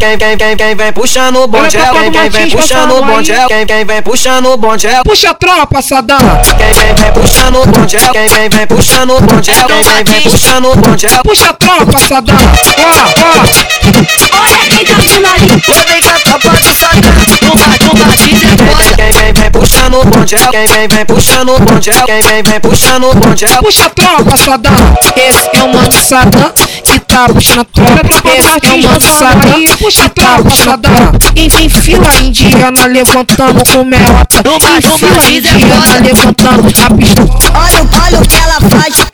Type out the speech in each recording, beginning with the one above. Quem, quem, quem, quem vem puxando o bonde é Olha pra quem, todo quem vem Martins puxando o passando bonde é quem, quem vem puxando o bonde é Puxa a tropa, Sadam! quem, quem vem puxando o bonde é quem, quem vem puxando o bonde é quem, quem vem puxando o bonde é Puxa a tropa, Sadam! tá Ó, Olha quem tá vindo ali. Vou vem com a tropa do Satã, no bate, no bate de quem, foda. quem vem vem puxando o bonde é quem, quem vem puxando o bonde é quem, quem vem puxando o bonde é ó, puxa a tropa, Sadam! Esse é o mano Sadam que tá puxando a tropa. Esse é o mano Sadam puxa a tropa, Sadam! Em, em fila indiana levantando com melota. Em fila indiana levantando a pistola. Olha, o- olha o que ela faz.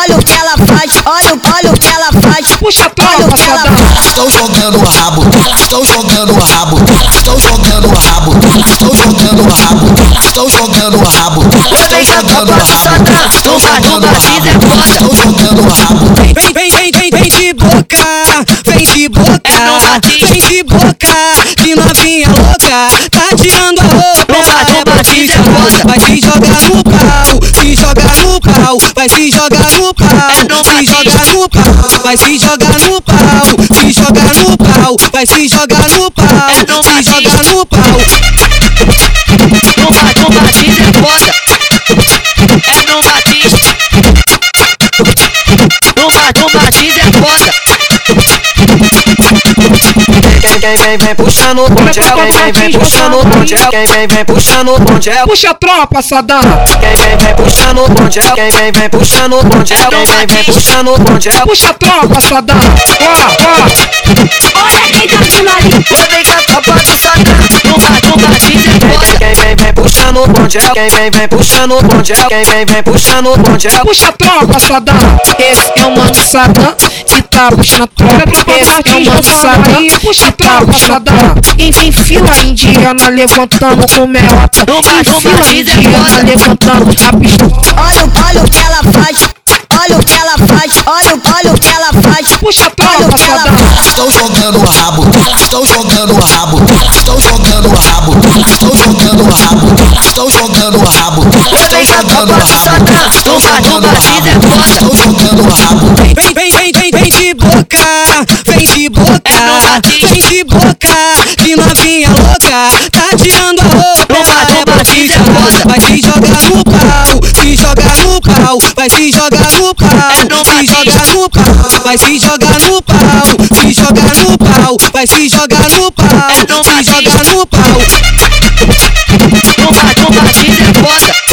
Olha o que ela faz. Olha, o- olha o que ela faz. Puxa a Olha o tropa, que ela Sadam! faz. Elas estão jogando o rabo, elas estão jogando o rabo, elas estão jogando o rabo, elas estão jogando o rabo, elas estão jogando o rabo, elas Vou estão vem com a tropa jogando o do rabo, Satã, elas no bate, estão no jogando o bate de rabo, elas foda. estão jogando o rabo. Vem, vem, vem, vem, vem de boca, vem de boca, É no bate. vem de boca, que novinha louca, tá tirando a roupa. No bate, no vai bate se de jogar, foda. vai se jogar no pau, se jogar no pau, vai se jogar no É no pau, se bate. jogar no pau, vai se jogar no pau, se jogar no pau, vai se jogar no É no pau, se bate. jogar no pau. No bate, no bate de foda. É no bate. No bate, no bate de foda. quem, quem vem vem puxando o bonde é quem, quem vem puxando o bonde é quem, quem vem puxando o bonde é Puxa a tropa, Sadam! quem, quem vem puxando o bonde é quem, quem vem puxando o bonde é quem, quem vem puxando o bonde é Puxa a tropa, Sadam! Ó, Olha quem tá vindo ali. Vou vem com a tropa do Satã, no bate, no bate de foda. Quem vem vem puxando o bonde é quem vem vem puxando o bonde é quem vem vem puxando o bonde é ó, Tá puxa a tropa, Sadam! Esse é o mano Sadam que tá puxando a tropa. Esse é o mano Sadam que tá puxando a tropa. Em, em fila indiana levantando com melota. No Em bate, no fila bate de indiana foda. levantando Tá a pistola. Olha, o- olha o que ela faz. Olha o que ela faz. Olha, o- olha o que ela faz. Puxa a Olha o tropa, que ela Sadam! faz. Elas estão jogando o rabo, elas estão jogando o rabo, elas estão jogando o rabo, elas estão jogando o rabo, elas estão jogando o rabo, Vou elas estão vem com a jogando o tropa do rabo, Satã, elas no bate, no estão jogando o bate de rabo, foda. elas estão jogando o rabo. Vem, vem, vem, vem, vem de boca, vem de boca, É no bate. vem de boca, que novinha louca, tá tirando a roupa. No bate, no Vai bate se de jogar, foda. Vai se jogar no pau, se jogar no pau, vai se jogar no É no pau, se bate. jogar no pau, vai se jogar no pau, se jogar no pau, vai se jogar no pau, É no bate. se jogar no pau. No bate, é no bate de foda. é